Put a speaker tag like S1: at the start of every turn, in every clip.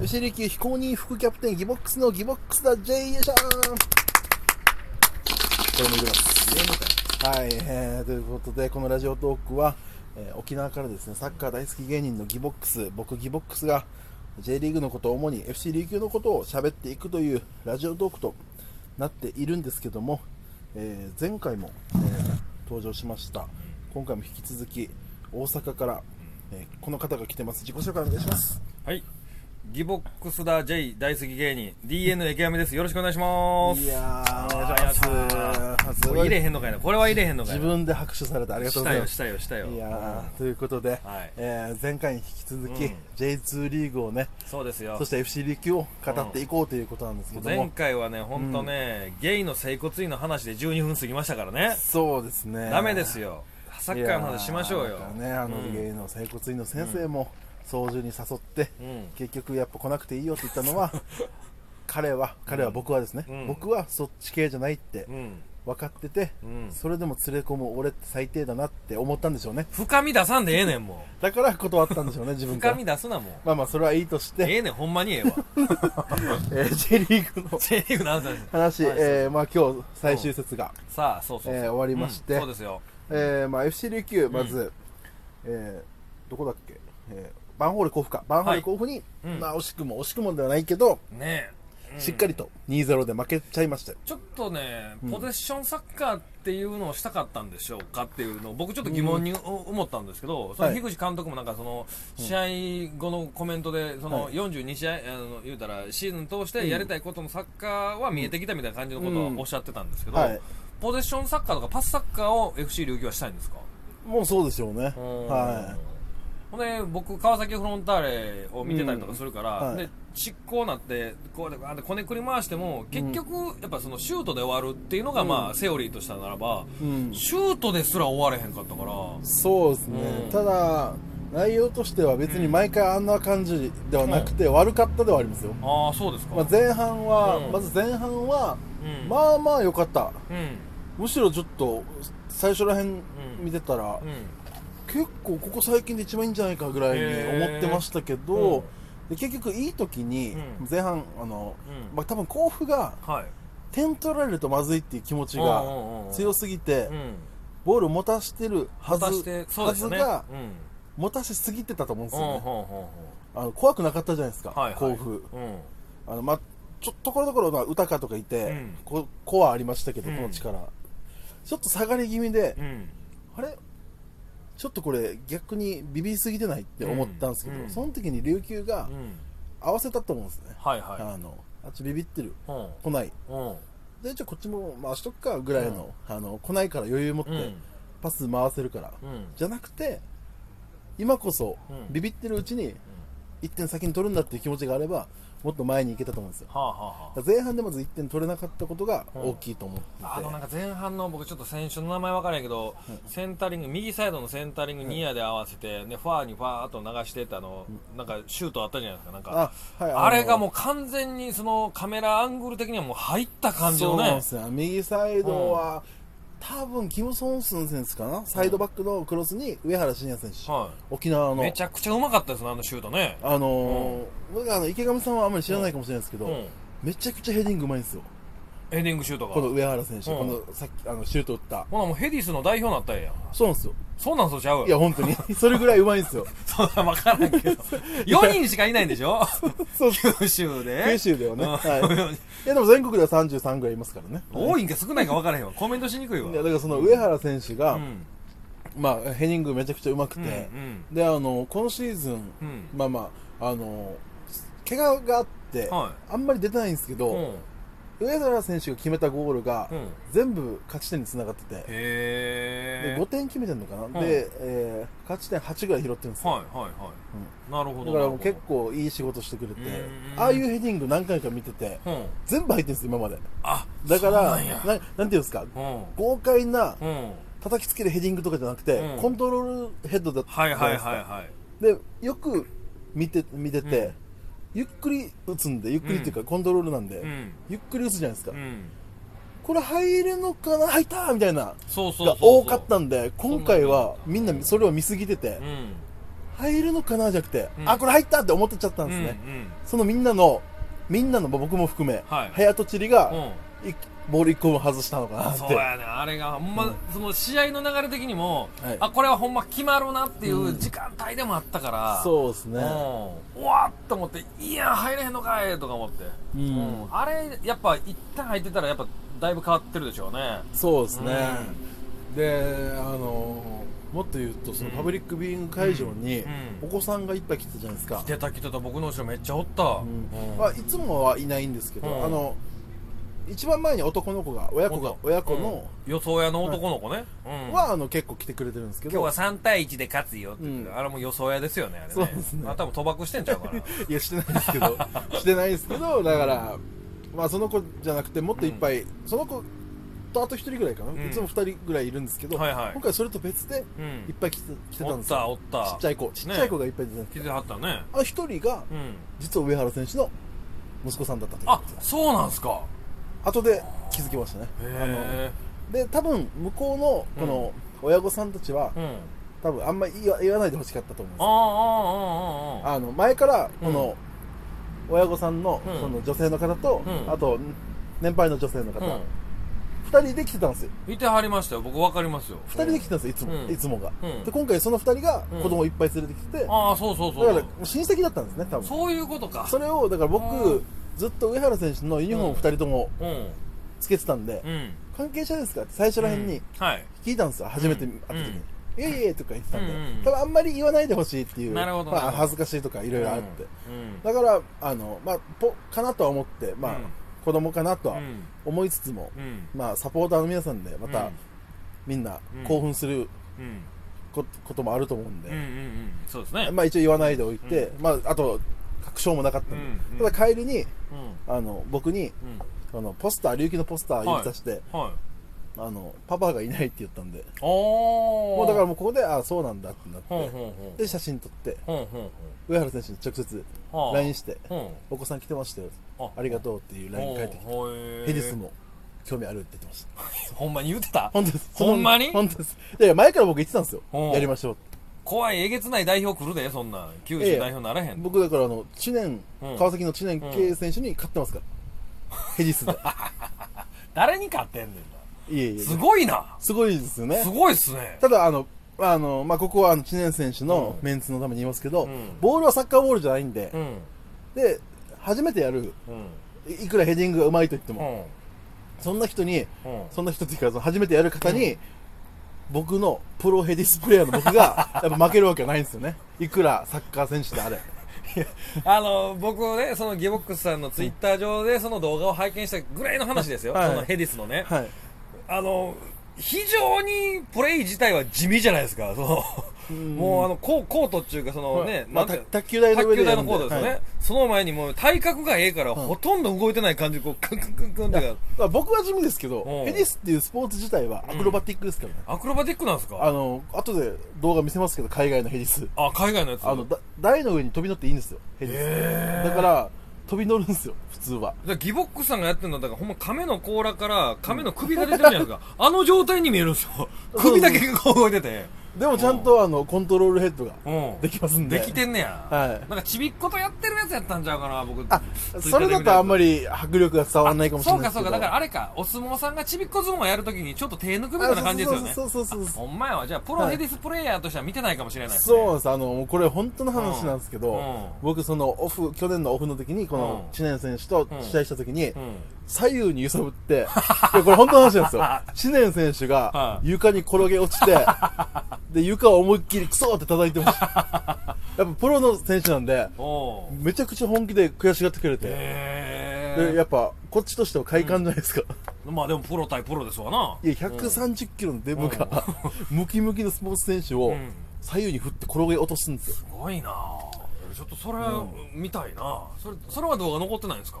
S1: 吉利級非公認副キャプテンギボックスのギボックスだ J よいしゃーこれも入れますはい、えーということでこのラジオトークは、えー沖縄からですねサッカー大好き芸人のギボックス僕ギボックスが J リーグのことを主に FC 琉球のことを喋っていくというラジオトークとなっているんですけども、えー前回も、えー登場しました今回も引き続き大阪から、えーこの方が来てます自己紹介お願いします
S2: はい。ギボックスだ J 大好き芸人 DN エケアメです。よろしくお願いします。
S1: いやーお願いします
S2: もう入れへんのかいな。これは入れへんのかい
S1: 自
S2: な。
S1: 分で拍手されてありがとうご
S2: した
S1: ざい
S2: よ、
S1: ま
S2: し
S1: す
S2: たよ、したよ。
S1: いやーということで、
S2: はい
S1: えー前回に引き続き、
S2: うん
S1: J2 リーグをね
S2: そうですよ
S1: そ。して FC 琉球を語っていこうということなんですけども、
S2: 前回はね、ほんとね、ゲイの整骨院の話で12分過ぎましたからね。
S1: そうですね
S2: ダメですよ。サッカーの話しましょうよ
S1: いや。ーねあの芸の整骨院の先生も操縦に誘って、
S2: うん
S1: 結局やっぱ来なくていいよって言ったの は彼は彼は僕はですね、
S2: ん
S1: 僕はそっち系じゃないって
S2: うん。
S1: 分かってて、
S2: うん
S1: それでも連れ込む俺って最低だなって思ったんでしょうね
S2: 深み出さんでええねん、も
S1: だから断ったんでしょうね自
S2: う。
S1: 分か
S2: 深
S1: ら
S2: み出すな、もう。
S1: まあまあそれはいいとして、
S2: ええねん、ほんま にええわ。
S1: えー J リーグの
S2: J リーグの
S1: 話、
S2: 話
S1: えーまあ今日最終節が、
S2: さあ、そうそうそう。
S1: えー終わりまして
S2: うんそうですよ。
S1: えーまあ、FC 琉球まず、えーどこだっけ、えーバンホール甲府かバンホール甲府に、
S2: うん
S1: まあ惜しくも惜しくもではないけど、
S2: ねえ。
S1: しっかりと2-0で負けちゃいましたよ
S2: ちょっとね、ポゼッションサッカーっていうのをしたかったんでしょうかっていうのを、僕ちょっと疑問に思ったんですけど、その
S1: はい
S2: 樋口監督もなんかその、試合後のコメントで、その
S1: は
S2: 42試合、あの、言うたら、シーズン通してやりたいことのサッカーは見えてきたみたいな感じのことを
S1: うん
S2: おっしゃってたんですけど
S1: はい、
S2: ポゼッションサッカーとかパスサッカーを FC 琉球はしたいんですか
S1: もうそうでしょうね、は
S2: ほんで僕川崎フロンターレを見てたりとかするから、
S1: うんはい
S2: で執行なってこうやってガーッてこねくり回しても結局やっぱそのシュートで終わるっていうのがまあセオリーとしたならば、
S1: い、うん、
S2: シュートですら終われへんかったから
S1: そうですね、
S2: うん
S1: ただ内容としては別に毎回あんな感じではなくて、悪かったではありますよ、
S2: ああそうですか、
S1: まあ、前半は、
S2: うん
S1: まず前半は、
S2: うん
S1: まあまあ良かった
S2: うんうん
S1: むしろちょっと最初らへん見てたら、結構ここ最近で一番いいんじゃないかぐらいに思ってましたけど、で結局いい時に
S2: うん
S1: 前半あの、
S2: うん
S1: まあ、多分甲府が
S2: はい
S1: 点取られるとまずいっていう気持ち
S2: うん
S1: が
S2: うんうん
S1: 強すぎて
S2: うん
S1: ボールを持たしてるはず
S2: 果たしてそう
S1: は
S2: ですよ
S1: ず
S2: ね
S1: が
S2: うん
S1: 持たしすぎてたと思うんですよ
S2: うん
S1: ね
S2: ほんほんほ
S1: あの怖くなかったじゃないですか、
S2: んはいはい
S1: 甲府
S2: うん
S1: あの、ま、ちょところどころまあ歌かとかいて、
S2: うん
S1: こコアありましたけど
S2: うん
S1: この力、ちょっと下がり気味で、
S2: うん
S1: あれちょっとこれ逆にビビりすぎてないって思ったんですけど、
S2: うんうん
S1: その時に琉球が
S2: うん
S1: 合わせたと思うんですね、
S2: はいはい
S1: あのあっちビビってる
S2: うん
S1: 来ない
S2: うん
S1: でじゃあこっちも回しとくかぐらいの,、あの来ないから余裕持って
S2: うん
S1: パス回せるから、
S2: うん
S1: じゃなくて今こそ
S2: うん
S1: ビビってるうちに1点先に取るんだっていう気持ちがあればもっと前に行けたと思うんですよ
S2: はあはあはあ
S1: だから前半でまず1点取れなかったことが大きいと思ってて、
S2: あのなんか前半の僕ちょっと選手の名前わからないけど、センタリング右サイドのセンタリングニアで合わせて、ねファーにファーっと流してったあの、なんかシュートあったじゃないですかなんか
S1: あ
S2: あ,、
S1: はいあの
S2: れがもう完全にそのカメラアングル的にはもう入った感じ
S1: そう
S2: の
S1: なん
S2: ね
S1: ですよ右サイドは、多分キム・ソンスン選手かな、サイドバックのクロスに上原慎也選手、
S2: は
S1: 沖縄
S2: い、
S1: の
S2: めちゃくちゃうまかったですねあのシュートね
S1: あのー僕あの池上さんはあんまり知らないかもしれないですけど、
S2: うん
S1: めちゃくちゃヘディングうまいんですよ、
S2: ヘディングシュートが
S1: この上原選手、
S2: うん
S1: このさっきあのシュート打った、
S2: ほなもうヘディスの代表になったらええやん
S1: そうなんですよ、
S2: そうなんそうちゃう
S1: いや、本 当に、それぐらいうまいんですよ、
S2: そうだわからんけど4人しかいないんでしょ
S1: そう
S2: 九州で
S1: 九州ではね、
S2: うん
S1: はい、いやでも全国では33ぐらいいますからね、
S2: 多いんか少ないか分からへんわコメントしにくいわ
S1: いやだからその上原選手が、
S2: うん
S1: まあ、ヘディングめちゃくちゃうまくて、
S2: うんうん
S1: であの今シーズン、
S2: うん
S1: まあまああの怪我があって、
S2: は
S1: あんまり出てないんですけど、
S2: うん
S1: 上原選手が決めたゴールが、
S2: うん
S1: 全部勝ち点につながってて、で
S2: へえ
S1: 5点決めてるのかな、で、えー勝ち点8ぐらい拾ってるんですよ、
S2: はいはいはい、なるほ
S1: だからも
S2: どなるほ
S1: う
S2: ど
S1: 結構いい仕事してくれて
S2: うんうんうん
S1: ああいうヘディング何回か見てて、
S2: うん
S1: 全部入ってるんですよ今まで
S2: あ
S1: だから
S2: そうなんや
S1: ななんていうんですか、
S2: うん
S1: 豪快な
S2: うん
S1: 叩きつけるヘディングとかじゃなくて、
S2: うん
S1: コントロールヘッドだったじゃ
S2: はい
S1: な
S2: はいい
S1: ですか
S2: はいはい
S1: でよく見て見てて、
S2: うん
S1: ゆっくり打つんでゆっくりっていうか、コントロールなんで、
S2: うん
S1: ゆっくり打つじゃないですか、
S2: うん
S1: これ入るのかな入ったみたいな
S2: そうそうそ
S1: が
S2: うそう
S1: 多かったんで今回はみんなそれを見すぎてて、
S2: うん
S1: 入るのかなじゃなくて、
S2: うん
S1: あ、これ入ったって思ってちゃったん
S2: うん
S1: ですね。
S2: うん
S1: そのみんなの、みんなの、僕も含め、
S2: はい
S1: 早とちりが、
S2: うん
S1: いボール1個分外したのかなって。
S2: そうやねあれがほんま、
S1: うん
S2: その試合の流れ的にも、
S1: はい
S2: あこれはほんま決まるなっていう時間帯でもあったから、
S1: そうですね。
S2: うん、うわっと思って「いや入れへんのかい!」とか思って、
S1: うん
S2: あれやっぱ一旦入ってたらやっぱだいぶ変わってるでしょうね
S1: そうですね、であのもっと言うとそのパブリックビューイング会場に
S2: うんう
S1: お
S2: ん
S1: 子さんがいっぱい来てたじゃないですか
S2: 来、てた来てた僕の後ろめっちゃおった、
S1: うん
S2: うん
S1: まあ、いつもはいないんですけど、
S2: うん
S1: あの一番前に男の子が親子が
S2: おった
S1: 親子の、
S2: うん予想屋の男の子ね、うん
S1: はあの結構来てくれてるんですけ
S2: 今日
S1: ど
S2: は3対1で勝つよって、
S1: うん
S2: あれも予想屋ですよねあれね
S1: そうですね
S2: あ多分賭博してんちゃう かな
S1: いやしてないですけ どしてないですけどだから、まあ、その子じゃなくてもっといっぱい、その子とあと1人ぐらいかな、
S2: ん
S1: いつも2人ぐらいいるんですけど、
S2: はいはい
S1: 今回それと別で
S2: う
S1: いっ
S2: ん
S1: ぱい来て来てたん
S2: お
S1: で
S2: っ
S1: すよ
S2: たおった
S1: ちっちゃい子ちっちゃい子がいっぱい出てたんです
S2: 来てはったね
S1: あ一人が
S2: うん
S1: 実は上原選手の息子さんだったという
S2: あそうなんすか
S1: 後で気づきましたねあの
S2: へ
S1: で多分向こうのこの親御さんたちは、
S2: えうん
S1: 多分あんまり言わ言わないでほしかったと思うん
S2: あ
S1: です
S2: ああああああ
S1: あの前からこの親御さんの
S2: うん
S1: その女性の方と、
S2: うん
S1: あと年配の女性の方、
S2: ああ
S1: 2人で来てたんですよ
S2: うんいてはりましたよ僕わかりますよ
S1: 2人で来てたんですよいつも、
S2: うん
S1: いつもが、
S2: うん
S1: で今回その2人が
S2: うん
S1: 子供をいっぱい連れてきてて、だか
S2: ああそうそうそう
S1: ら親戚だったんですね多分
S2: そういうことか
S1: それをだから
S2: う
S1: 僕ずっと上原選手のユニフォームを2人とも
S2: うん
S1: つけてたんで、
S2: うん
S1: 関係者ですかって最初らへんに
S2: うんはい
S1: 聞いたんですよ、初めて会った時に。いえいえとか言ってたんで、
S2: うんうん
S1: 多分あんまり言わないでほしいっていう、
S2: なるほどなるほど
S1: まあ、恥ずかしいとかいろいろあって、
S2: うん
S1: だから、あの、まあ、ぽ、かなとは思って、まあ、
S2: うん
S1: 子供かなとは
S2: うん
S1: 思いつつも、
S2: うん
S1: まあ、サポーターの皆さんで、ま
S2: う
S1: た
S2: ん、
S1: みんな
S2: うん
S1: 興奮する
S2: うん
S1: ここともあると思うん
S2: うんうんう
S1: で、
S2: んそうですね
S1: まあ、一応言わないでおいて、まあ、あと、確証もなかったんで、
S2: うんうん
S1: ただ帰りに、
S2: うん
S1: あの、僕に、
S2: うん
S1: あの、ポスター、琉球のポスター指さして、
S2: はい
S1: あの、パパがいないって言ったんで、
S2: ああも
S1: もうだからもうここで、あそうなんだってなって、
S2: ほんほんほん
S1: で、写真撮って、
S2: ほんほん
S1: 上原選手に直接
S2: ほん
S1: LINE して、
S2: ほん
S1: お子さん来てましたよ、
S2: あ
S1: ありがとうっていう LINE 返ってきて、
S2: ほうへえ
S1: ヘディスも興味あるって言ってました。
S2: ほんまに言ってた
S1: 本当です。
S2: ほんまに
S1: 本当です。いやいや、前から僕言ってたんですよ
S2: うん。
S1: やりましょうって。
S2: 怖いえげつない代表来るでそんなん九州代表ならへん
S1: 僕だから、あの、知念、
S2: うん
S1: 川崎の知念圭選手に勝ってますから。ヘディス で。
S2: 誰に勝ってんねん
S1: いえい
S2: な
S1: え。
S2: すごいな
S1: すごいですよね
S2: す。ごいっすね
S1: ただ、あの、あの、まあ、ここは、あの、知念選手のメンツのために言いますけど、
S2: うん
S1: ボールはサッカーボールじゃないんで
S2: う、ん
S1: で、初めてやる、
S2: うん
S1: いいくらヘディングが上手いと言って
S2: う
S1: も、
S2: ん
S1: そんな人に、
S2: うん
S1: そんな人っていうか、その初めてやる方に、僕のプロヘディスプレイヤーの僕が、やっぱ負けるわけはないんですよね。いくらサッカー選手であれ。
S2: あの僕ねそのギボックスさんのツイッター上でその動画を拝見したぐらいの話ですよ、
S1: はい
S2: そのヘディスのね、
S1: はい。
S2: あの非常にプレイ自体は地味じゃないですかそのもうあのココートっていうかそのね、
S1: まあ、
S2: なん
S1: た
S2: て
S1: 卓球台の
S2: 卓
S1: 上
S2: 球
S1: でや
S2: 台
S1: る
S2: の
S1: ん
S2: コートですよね、
S1: はい
S2: その前にもう体格がええから、ほとんど動いてない感じでこうクンクンクンクンってか
S1: まあ僕は地味ですけど
S2: うん、
S1: ヘディスっていうスポーツ自体はアクロバティックですからね。
S2: アクロバティックなんです
S1: あ
S2: か
S1: の、後で動画見せますけど、海外のヘディス。
S2: あ海外のやつ
S1: あの、だ台の上に飛び乗っていいんですよ、ヘディス。だから、飛び乗るんですよ、普通は。
S2: だからギボックスさんがやってるのはだからほんま亀の甲羅から亀の首が出てるじゃないですか、あの状態に見えるんですよ首だけがこう動いてて
S1: でもちゃんと、あの、コントロールヘッドが
S2: うん
S1: できますんで。
S2: できてんねや、
S1: はい
S2: なんかちびっことやってるやつやったんちゃうかな僕
S1: あ、それだとあんま
S2: り
S1: り迫力が伝わらないかもしれ
S2: そ
S1: ない
S2: うか
S1: です
S2: そう
S1: けど。
S2: かだからあれかお相撲さんがちびっこ相撲やるときにちょっと手抜くみたいな感じですよね
S1: そうそうそうそうそう
S2: ほんまやわじゃあプロヘディスプレイヤーとしては見てないかもしれないですね、
S1: そうなんですあのもうこれ本当の話なんですけど、
S2: うんうん
S1: 僕そのオフ去年のオフの時にこの
S2: うん
S1: 知念選手と試合した時に、
S2: うん
S1: 左右に揺さぶって いやこれ本当の話なんですよ知念選手が
S2: はい
S1: 床に転げ落ちて で床を思いっきりクソって叩いてました やっぱプロの選手なんで
S2: おう
S1: めちゃくちゃ本気で悔しがってくれて、
S2: へ
S1: で
S2: え
S1: やっぱこっちとしては快感じゃないですか、
S2: まあでもプロ対プロですわない
S1: や130キロのデブが、 ムキムキのスポーツ選手を
S2: ん
S1: 左右に振って転げ落とすんですよ
S2: すごいなちょっとそれ見たいな、それそれは動画残ってないんですか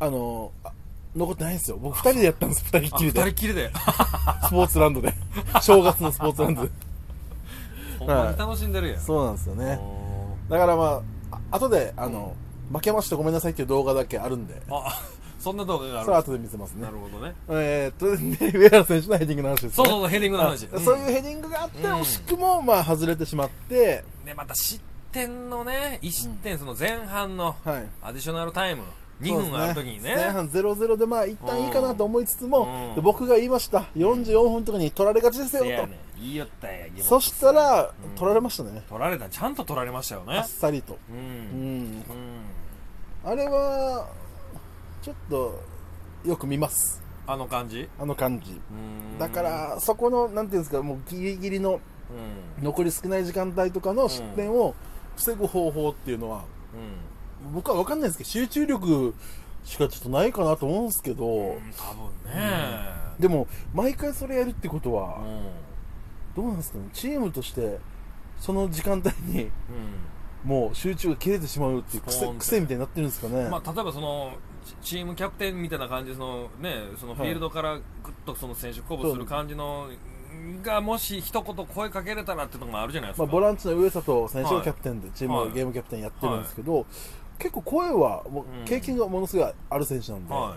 S1: あのあ残ってないんですよ僕2人でやったんです2人っ
S2: あ
S1: き
S2: 二
S1: り
S2: 人
S1: で
S2: き りで
S1: スポーツラン ドで正月のスポーツランドで
S2: ほんまに楽しんでるやん、
S1: そうなんですよね
S2: お
S1: だからまああ後であの、負けましたごめんなさいっていう動画だけあるんで
S2: ーあそんな動画があ
S1: そ
S2: る
S1: れは後で見せますね
S2: なるほどね
S1: えー、っとで上原選手のヘディングの話です
S2: そ
S1: ね
S2: うそうそうヘディングの話、
S1: そう
S2: うん
S1: いうヘディングがあって、
S2: うん
S1: 惜しくもまあ外れてしまって、
S2: でまた失点のね、1失点その前半の
S1: はい
S2: アディショナルタイム、2分ある時にね、
S1: 前半0-0でまあ一旦いいかなと思いつつも
S2: う、ん
S1: で僕が言いました44分の時に取られがちですよ
S2: せや
S1: と、
S2: ねん言いよったんや、疑問
S1: そしたら
S2: うん
S1: 取られましたね、
S2: 取られたんちゃんと取られましたよ
S1: あ
S2: ね
S1: っ。さりと、
S2: う。
S1: うんん、
S2: うん。
S1: あれはちょっとよく見ます
S2: あの感じ
S1: あの感じ
S2: うん
S1: だか、らそこのなんていうんですかもうギリギリの
S2: うん。
S1: 残り少ない時間帯とかの失点を防ぐ方法っていうのは、僕は分かんないですけど集中力しかちょっとないかなと思うんですけど、
S2: うん。うん多分ね。
S1: でも毎回それやるってことは、
S2: うん。うん。
S1: どうなんですかねチームとしてその時間帯にもう集中が切れてしまうっていう
S2: そ
S1: 癖
S2: うなんだよ
S1: 癖みたいになってるんですかね、
S2: まあ、例えばそのチチームキャプテンみたいな感じでその,、ね、そのフィールドからぐっとその選手鼓舞する感じのがもし一言声かけれたらっていうのもあるじゃないです
S1: ま
S2: か、
S1: あ、ボランチの上里選手
S2: は
S1: が
S2: い
S1: キャプテンでチームの
S2: はい
S1: ゲームキャプテンやってるんですけど、結構声はもう
S2: うん
S1: 経験がものすごいある選手なんで、
S2: は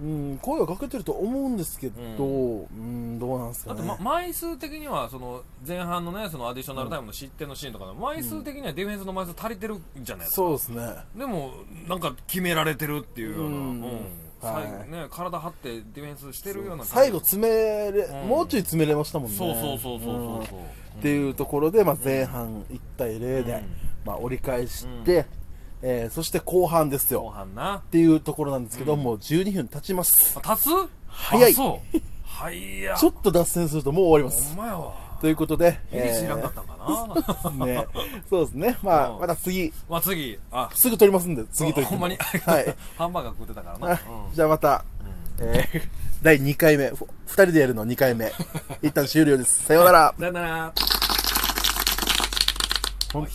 S1: うん、声はかけてると思うんですけど、う、
S2: うん
S1: どうなんです
S2: い、
S1: か
S2: だっ
S1: ね
S2: て、ま、枚数的にはその前半の,、ね、そのアディショナルタイムの失点のシーンとかの枚数的にはディフェンスの枚数足りてるじゃないですか、
S1: そうですね
S2: でもなんか決められてるっていうような、
S1: う
S2: うんん
S1: はい
S2: 最後ね、体張ってディフェンスしてるような感じ
S1: 最後詰めれ、
S2: うん
S1: もうちょい詰めれましたもんね
S2: そうそうそうそうそうそう、
S1: うんっていうところで、まあ、前半1対0で、
S2: うん
S1: まあ、折り返して、えーそして後半です
S2: 後
S1: よ
S2: 半な
S1: っていうところなんですけど、もう12分経ちます
S2: あ立つ
S1: 早い
S2: あそう早いや
S1: ちょっと脱線するともう終わりま
S2: ほ
S1: す
S2: んまやわ。
S1: ということで、
S2: ヒリ知らんかったんかな。
S1: えーね、そうですね、まあ、
S2: うん
S1: また次、
S2: まあ次、あ、
S1: すぐ取りますんで、次取り
S2: ほんまに。
S1: はい。
S2: ハンバーガー食ってたからな。
S1: あ
S2: う
S1: じゃあまた、えー第2回目、ふ二人でやるの2回 目、一旦終了です。さようなら
S2: ん。。さよなら。
S1: ほん